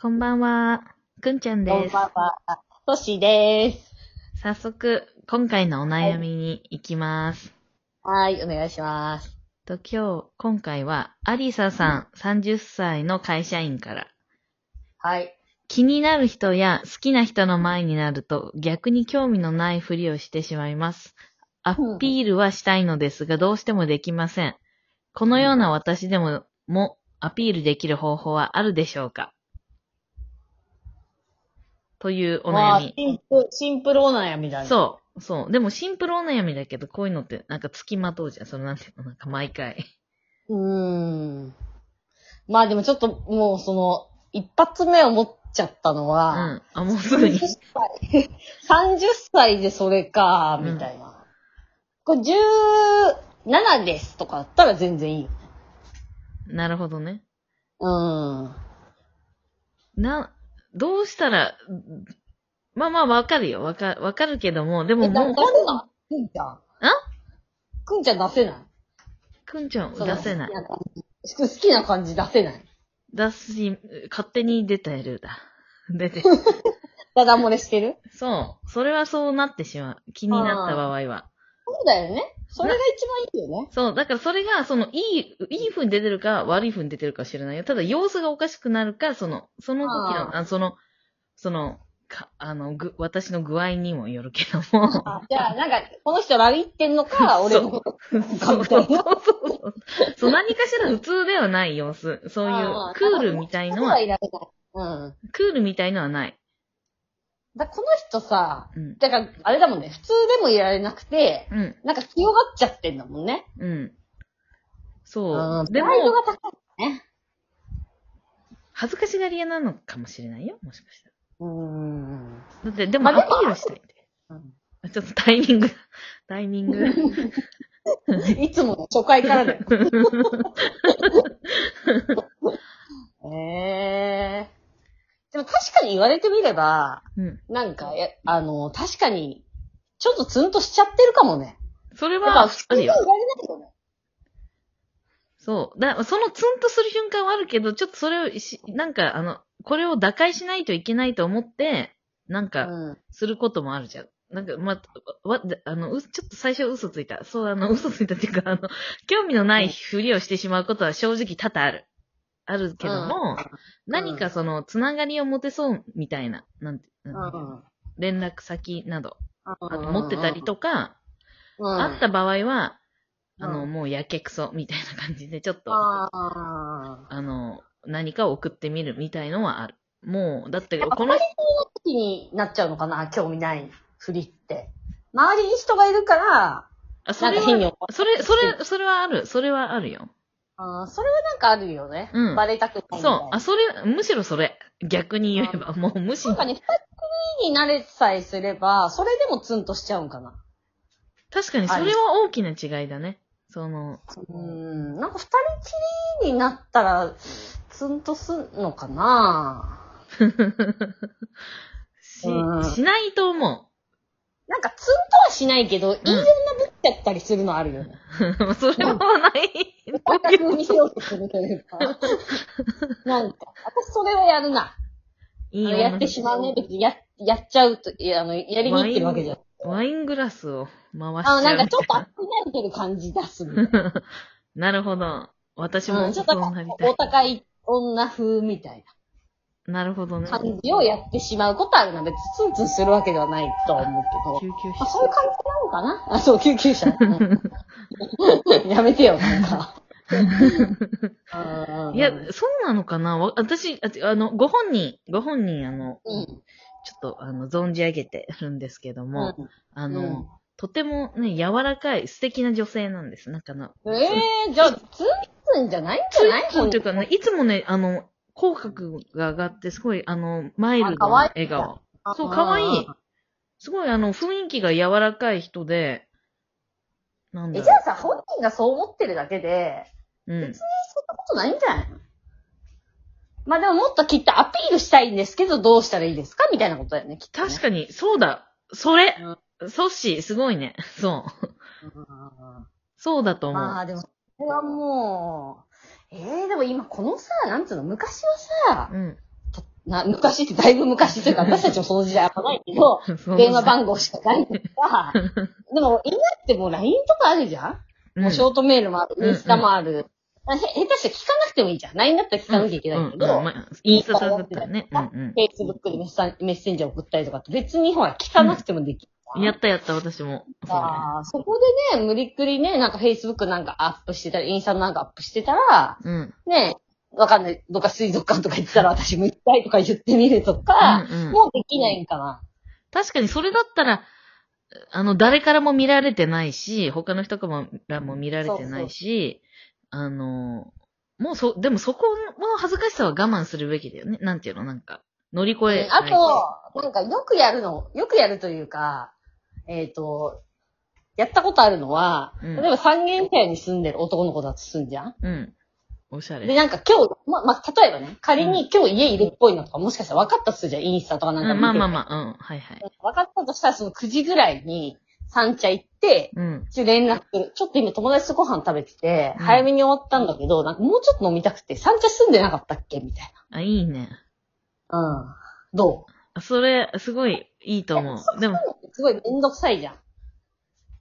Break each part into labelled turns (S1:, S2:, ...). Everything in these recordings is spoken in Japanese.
S1: こんばんは。くんちゃん
S2: こ
S1: で
S2: ん
S1: す。
S2: ばんは。トシです。
S1: 早速、今回のお悩みに行きます。
S2: はい、お願いします。
S1: と今日、今回は、アリサさん、30歳の会社員から。
S2: はい。
S1: 気になる人や好きな人の前になると逆に興味のないふりをしてしまいます。ア
S2: うん
S1: ピールはしたいのですがどうしてもできません。このような私でも、もアピールできる方法はあるでしょうかというお
S2: まあ
S1: 悩み。
S2: シンプル、シンプルお悩みだね。う。
S1: そう、そう。でもシンプルお悩みだけど、こういうのってなんか付きまとうじゃん。そのなんていうの、なんか毎回。
S2: うーん。まあでもちょっともうその、一発目思っちゃったの
S1: う
S2: は、
S1: ん。あ、もうすぐに。
S2: 30歳でそれか、みたいな。これ17ですとかだったら全然いいよ。
S1: なるほどね。
S2: うん。
S1: な、どうしたら、んまあまあわかるよ。わか、わかるけども、でも
S2: え、だ
S1: もう
S2: 出、せないくんちゃん。んくんちゃん出せない
S1: くんちゃん
S2: そ
S1: を
S2: の
S1: 出せない。
S2: 好きな感じ好きな感じ出せない。
S1: 出すし、勝手に出てるだ。出 て。
S2: ダダ漏れしてる
S1: そう。それはそうなってしまう。気になった場合は。
S2: そうだよね。それが一番いいよね。
S1: そう。だからそれが、その、いい、いい風に出てるか、悪い風に出てるかは知らないよ。ただ、様子がおかしくなるか、その、その時
S2: あ
S1: の、
S2: ー
S1: あその、その、か、あの、ぐ、私の具合にもよるけど も。
S2: あじゃあ、なんか、この人ラビってんのか、
S1: そう
S2: 俺のこと。
S1: そうそう そうそう。そう、何かしら普通ではない様子。そうい
S2: あ
S1: う
S2: ー、
S1: クールみたいの
S2: そうは
S1: は、
S2: いられない。うん。
S1: クールみたいのはない。
S2: だこの人さ、
S1: うん。
S2: だから、あれだもんね、普通でもいられなくて、
S1: うん。
S2: なんか強がっちゃってんだもんね。
S1: うん。
S2: う
S1: そ
S2: ん
S1: う。でも
S2: プ、ライドが高い。
S1: 恥ずかしがり屋なのかもしれないよ。もしかした
S2: うーん。
S1: ら。だって、でも、ア
S2: まあ
S1: ピ
S2: でも
S1: ールしたいんで。あちょっとタイミング、タイミング。
S2: いつもの初回からだよ。ええでも確かに言われてみれば、
S1: うん。
S2: なんか、やあの、確かに、ちょっとツンとしちゃってるかもね。
S1: それ
S2: だから
S1: は、
S2: 普
S1: あ
S2: 通に
S1: る
S2: い
S1: よ
S2: ら。れないよね。
S1: そう。だ、そのツンとする瞬間はあるけど、ちょっとそれをし、なんか、あの、これを打開しないといけないと思って、なんか、
S2: うん。
S1: することもあるじゃん。なんか、ま、わ、あの、うちょっと最初嘘ついた。そう、あの、嘘ついたっていうか、あの、興味のないふりをしてしまうことは正直多々ある。あるけども、何かその、つながりを持てそうみたいな、なんて、なんて
S2: うん。
S1: 連絡先など、
S2: あ
S1: あと持ってたりとか、
S2: うん、
S1: あった場合は、あ
S2: う
S1: の、
S2: ん
S1: もうやけくそみたいな感じで、ちょっと、
S2: ああ。
S1: あの、何かを送ってみるみたいのはある。もう、だって、この、
S2: 時になっちゃうのかな興味ないふりって。周りに人がいるから、
S1: あそ
S2: なん
S1: れ
S2: か変に
S1: は、
S2: 思う。
S1: それ、それ、それはある。それはあるよ。
S2: あーそれはなんかあるよね。
S1: うん
S2: バレたくないみたいな。
S1: そう。あ、それ、むしろそれ。逆に言えば、もう無視
S2: なん。かね、二人に慣れさえすれば、それでもツンとしちゃうんかな。
S1: 確かに、それは大きな違いだね。そ の、
S2: うん。なんか二人きりになったら、ツンとすんのかな
S1: し
S2: うん、
S1: しないと思
S2: なんかツンとはしないけど、いい女ぶっちゃったりするのあるよね。
S1: う。 それはない。
S2: 感覚見せようとするというか。なんか、私それはやるな。
S1: い
S2: あ
S1: い
S2: の
S1: よ
S2: やってしまうね。別にや、やっちゃうと、いや、あの、やりに行ってるわけじゃん。
S1: ワイングラスを回しちゃ
S2: あ
S1: う
S2: の、
S1: みた
S2: ないんかちょっと熱くなってる感じ出すみたいな。
S1: なるほど。私
S2: う
S1: も
S2: ん、ちょ
S1: そ
S2: っと
S1: うなりた
S2: お
S1: い。
S2: 高い女風みたい
S1: なるほどね
S2: な。感じをやってしまうことはあるので、ツンツンするわけではないとは思う
S1: 救
S2: けど。
S1: 急
S2: あ、
S1: 車。
S2: そういう感じなのかなあ、そう、救急車。 うんやめてよ、なんか。うん
S1: いや、そうなのかなわ私、ああの、ご本人、ご本人、あの、
S2: うん。
S1: ちょっと、あの、存じ上げてるんですけども、
S2: うん
S1: あの、
S2: うん
S1: とてもね、柔らかい、素敵な女性なんです。なんかあの、
S2: ええじゃあ、ツンツンじゃないんじゃない
S1: というかね、いつもね、あの、口角が上がって、すごい、あの、マイルド
S2: あ可
S1: な
S2: 愛
S1: 笑
S2: い
S1: 顔。そう、可愛い。すごい、あの、雰囲気が柔らかい人で、なんだ
S2: え、
S1: ろ
S2: じゃあさ、本人がそう思ってるだけで、
S1: う。うん
S2: 別。にそんなことないんじゃないのまあでももっときっとアピールしたいんですけど、どうしたらいいですかみたいなことだよね、きっと、ね。
S1: 確かに、そうだ。それ、ソッシー、すごいね。そう。
S2: うん
S1: そうだと思う。
S2: まあでも、それはもう、ええでも今このさ、なんつうの、昔はさ、
S1: うん。
S2: な、昔ってだいぶ昔というか、私たちもその時代あんまないけど、電話番号しかないの か、でも今ってもう LINE とかあるじゃん、もうショートメールもある、インスタもある。へ下手して聞かなくてもいいじゃん。LINE だったら聞かなきゃいけないけど、
S1: うんうんまあインスタだったらね。うん
S2: フェイスブックでメッサメッセンジャー送ったりとかって別にほら、聞かなくてもできる。
S1: うん。やったやった、私も。そうね
S2: あーそこでね、無理くりね、なんか Facebook なんかアップしてたり、インスタなんかアップしてたら、
S1: うん。うん
S2: ね、わかんない、どっか水族館とか行ったら私も行きたいとか言ってみるとか、
S1: うん
S2: もうできないんかな。
S1: 確かにそれだったら、あの、誰からも見られてないし、他の人からも見られてないし、あの、もうそ、でもそこの恥ずかしさは我慢するべきだよね。なんていうのなんか、乗り越え。
S2: あ、と、なんかよくやるの、よくやるというか、えっ、と、やったことあるのは、
S1: うん
S2: 例えば三軒茶屋に住んでる男の子だとすんじゃん
S1: うん。おしゃ
S2: で、
S1: れ。
S2: なんか今日、ま、ま例えばね、仮に今日家いるっぽいのとかもしかしたら分かったとするじゃん、インスタとかなんか
S1: うん
S2: 見て
S1: まあ
S2: る
S1: まあまあ、うん。はいはい。
S2: 分かったとしたらその9時ぐらいに三茶行って、
S1: うん。
S2: ちょっと連絡する。ちょっと今友達とご飯食べてて、
S1: うん
S2: 早めに終わったんだけど、なんかもうちょっと飲みたくて、三茶住んでなかったっけみたい
S1: あ、いいね。
S2: な。うん。ど
S1: あそれ、すごいいいと思う。でも、
S2: うすごいめんどくさいじゃん。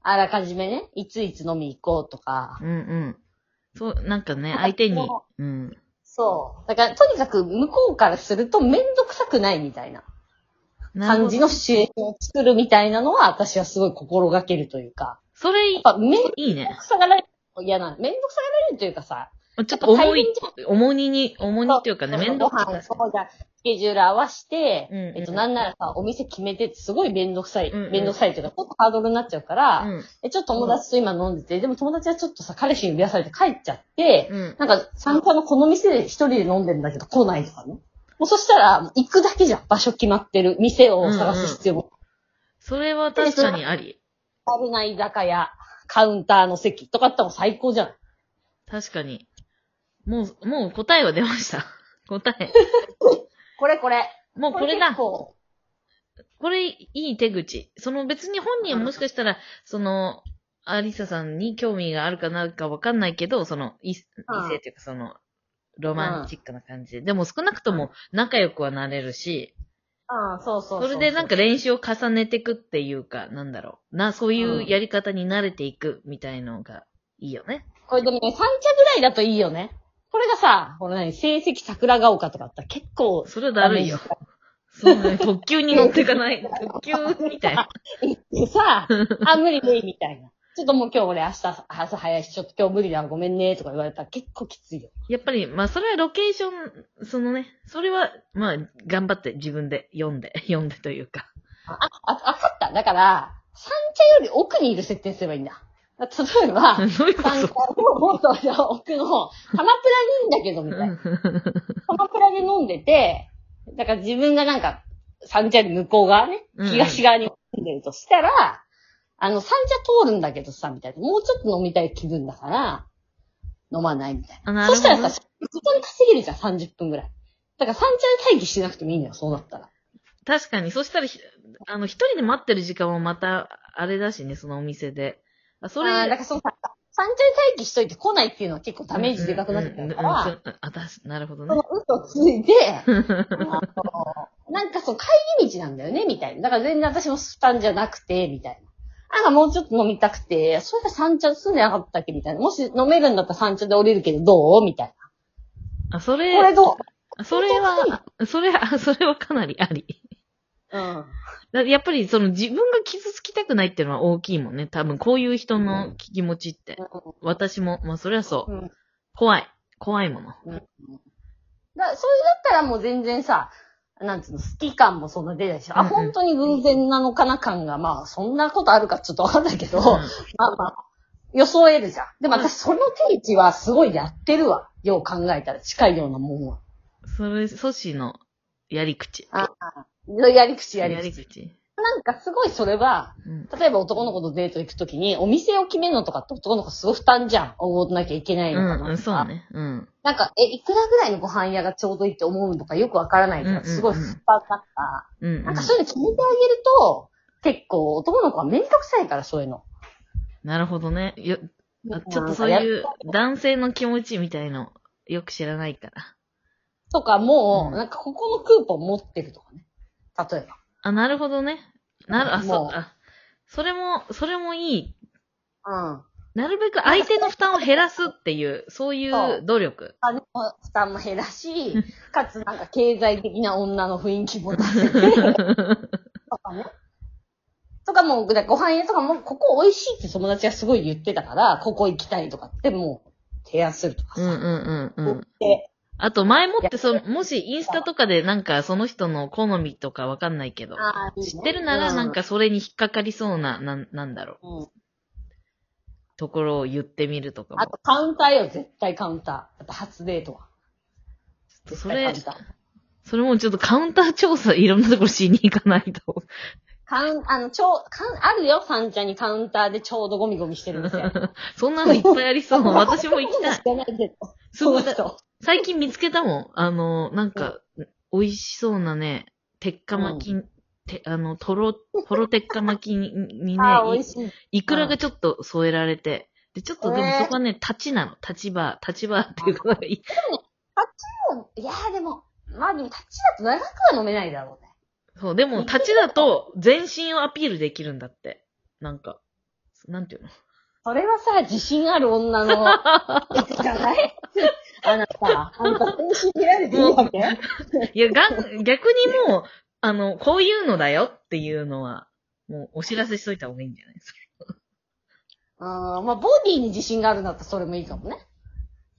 S2: あらかじめね、いついつ飲み行こうとか。
S1: うんうん。そう、なんかね、相手に、うん。
S2: そう。だから、とにかく向こうからするとめんどくさくないみたいな
S1: なる
S2: 感
S1: ほ
S2: じ
S1: ど。
S2: のシチュエーションを作るみたいなのは、私はすごい心がけるというか。
S1: それい
S2: やっぱ、めんど
S1: いね。
S2: くさがられるの嫌なの。めんどくさがられるというかさ、
S1: ちょっと重い
S2: ちょっと大変じ、
S1: 重荷に、重荷っていうかね、
S2: そ
S1: 面倒
S2: ご
S1: くさ
S2: 飯、
S1: い。
S2: そうじゃんスケジュール合わして、
S1: うんうん
S2: えっと、なんならさ、お店決めてってすごいめんどくさい、
S1: うんうん
S2: めんどくさいというか、ちょっとハードルになっちゃうから、
S1: うん。
S2: え、ちょっと友達と今飲んでて、でも友達はちょっとさ、彼氏に呼び出されて帰っちゃって、
S1: うん。
S2: なんか、参加のこの店で一人で飲んでんだけど来ないとかね。もうそしたら、行くだけじゃん。場所決まってる。店を探す必要も。
S1: それは確かにあり。
S2: 危ない居酒屋、カウンターの席とかあっても最高じゃん。
S1: 確かに。もう、もう答えは出ました。 答え。
S2: これこれ。
S1: もうこれだ。
S2: 結構
S1: これいい手口。その別に本人はもしかしたら、その、アリサさんに興味があるかないかわかんないけど、その、異異
S2: うん
S1: 性というかその、ロマンチックな感じで。でも少なくとも仲良くはなれるし、
S2: うん、そうそう
S1: それでなんか練習を重ねていくっていうか、なんだろう。な、そういうやり方に慣れていくみたいのがいいよね。
S2: これでもね、三茶ぐらいだといいよね。これがさ、この何、成績桜ヶ丘とかあったら結構、
S1: それはだるいよ。そうね。特急に乗っていか ない。特急みたいな。
S2: 行ってさ、あ、無理無理みたいな。ちょっともう今日俺明日朝早いし、ちょっと今日無理だ、ごめんね、とか言われたら結構きついよ。
S1: やっぱり、まあ、それはロケーション、そのね、それは、まあ、頑張って自分で読んで、読んでというか。
S2: あ、あわかった。だから、三茶より奥にいる設定すればいいんだ。例えば、
S1: ど
S2: 三
S1: ういうこ
S2: 茶のもっと奥の方、鎌倉にいいんだけど、みたいな。
S1: と
S2: 鎌倉で飲んでて、だから自分がなんか、三茶より向こう側ね、
S1: うん
S2: 東側に住んでるとしたら、あの、三茶通るんだけどさ、みたいな。もうちょっと飲みたい気分だから、飲まないみたい
S1: あ
S2: な。
S1: なるほ
S2: そしたら
S1: ど
S2: さ、。時間稼げるじゃん、30分ぐらい。だから三茶で待機しなくてもいいんだよ、そうなったら。
S1: 確かに、そしたらひ、あの、一人で待ってる時間もまた、あれだしね、そのお店で。あ、それ、
S2: あーだからそのさ、三茶で待機しといて来ないっていうのは結構ダメージでかくなっちゃうから、
S1: うんうんうんうんそうあ、たし、なるほど
S2: そ
S1: ね
S2: の。嘘ついて、あのなんかそう、帰り道なんだよね、みたいな。だから全然私も負担じゃなくて、みたいな。なんかもうちょっと飲みたくて、それが三茶住んでなかったっけみたいな。もし飲めるんだったら三茶で降りるけどどうみたい
S1: あ、そ
S2: な。これ
S1: れ、
S2: ど
S1: それは、それ、あそれはかなりあり。
S2: ううん。
S1: だやっぱりその自分が傷つきたくないっていうのは大きいもんね。多分こういう人の気持ちって。私も、まあそりゃそう。
S2: うん
S1: 怖い。怖いもの。
S2: だそれだったらもう全然さ、なんつうの、好き感もそんな出ないし、
S1: う
S2: あ、
S1: んうん
S2: 本当に偶然なのかな感が、まあ、そんなことあるかちょっとわかんないけど、
S1: うん
S2: まあまあ、予想得るじゃん。でも私、その定位置はすごいやってるわ。よう考えたら近いようなもんは。
S1: それ、阻止のやり口。
S2: ああ、やり口やり口。
S1: 口。
S2: なんかすごいそれは、
S1: うん。
S2: 例えば男の子とデート行くときに、お店を決めるのとかって男の子すごい負担じゃん。おごんなきゃいけな
S1: う
S2: いのか
S1: ん、
S2: な。
S1: うん、そうね。うん。
S2: なんか、え、いくらぐらいのご飯屋がちょうどいいって思うのかよくわからないか
S1: うんうん
S2: ら、
S1: うん
S2: すごい負担だった。
S1: うん、うん
S2: なんかそういうの決めてあげると、結構男の子はめんどくさいから、そういうの。
S1: なるほどね。よ、あちょっとそう
S2: なんかや
S1: いう男性の気持ちみたいの、よく知らないから。
S2: とかも、
S1: うん
S2: なんかここのクーポン持ってるとかね。例えば。
S1: あ、なるほどね。なる、あ、そ
S2: も
S1: う、
S2: う
S1: あ、それも、それもいい。
S2: うん。
S1: なるべく相手の負担を減らすっていう、そうい
S2: そう
S1: 努 力。
S2: あの、負担も減らし、かつなんか経済的な女の雰囲気も出せて、とかね。 とかもう、でご飯屋とかも、ここ美味しいって友達がすごい言ってたから、ここ行きたいとかってもう、提案するとか
S1: うん
S2: さ。
S1: うんうんう
S2: 言っ
S1: ん。
S2: て、
S1: あと前もってそう、もしインスタとかでなんかその人の好みとかわかんないけど、
S2: あーいいね
S1: 知ってるなら
S2: う
S1: なんかそれに引っかかりそうな、なん、なんだろう、
S2: うん
S1: ところを言ってみるとかも。
S2: あとカウンターよ、絶対カウンター。やっぱ初デート
S1: ちょ
S2: は。
S1: っとそ
S2: 絶対
S1: れ
S2: カウン、ター。
S1: それもちょっとカウンター調査いろんなところしに行かないと。
S2: カウン、あの、ちょう、カウン、あるよ、三茶にカウンターでちょうどゴミゴミしてるん ですよ。
S1: そんなのいっぱいありそう。私も行きたい
S2: 知。らないけど。
S1: すごい
S2: この人
S1: 最近見つけたもん。あの、なんか、美味しそうなね、鉄火巻き、てあの、とろ、とろ鉄火巻きににね
S2: あー、美味しい。
S1: い、いくらがちょっと添えられて。で、ちょっとでも
S2: えー
S1: そこはね、立ちなの。立ちバー、立ちバーっていうことがいい。
S2: いやーでも、まあでも、タッチだと長くは飲めないだろうね。
S1: そう、でも立ちだと全身をアピールできるんだって。なんか、なんていうの
S2: それはさ、自信ある女の、いくじゃないあなた、あんた、全身見られていいわけ
S1: いや、がん、逆にもう、あの、こういうのだよっていうのは、もうお知らせしといた方がいいんじゃないですか。
S2: うん、まあ、ボディに自信があるんだったらそれもいいかもね。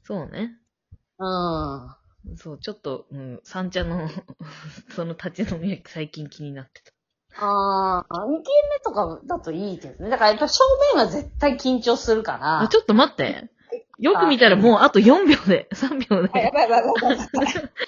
S1: そうね。
S2: うん。
S1: そう、ちょっと、うん、三茶の、 その立ち飲みが最近気になってた。
S2: ああ、2軒目とかだといいけどね。だからやっぱ正面は絶対緊張するから。
S1: あ、ちょっと待って。よく見たらもうあと4秒で、3秒
S2: あや
S1: で。
S2: ばいやばいやばいやばい。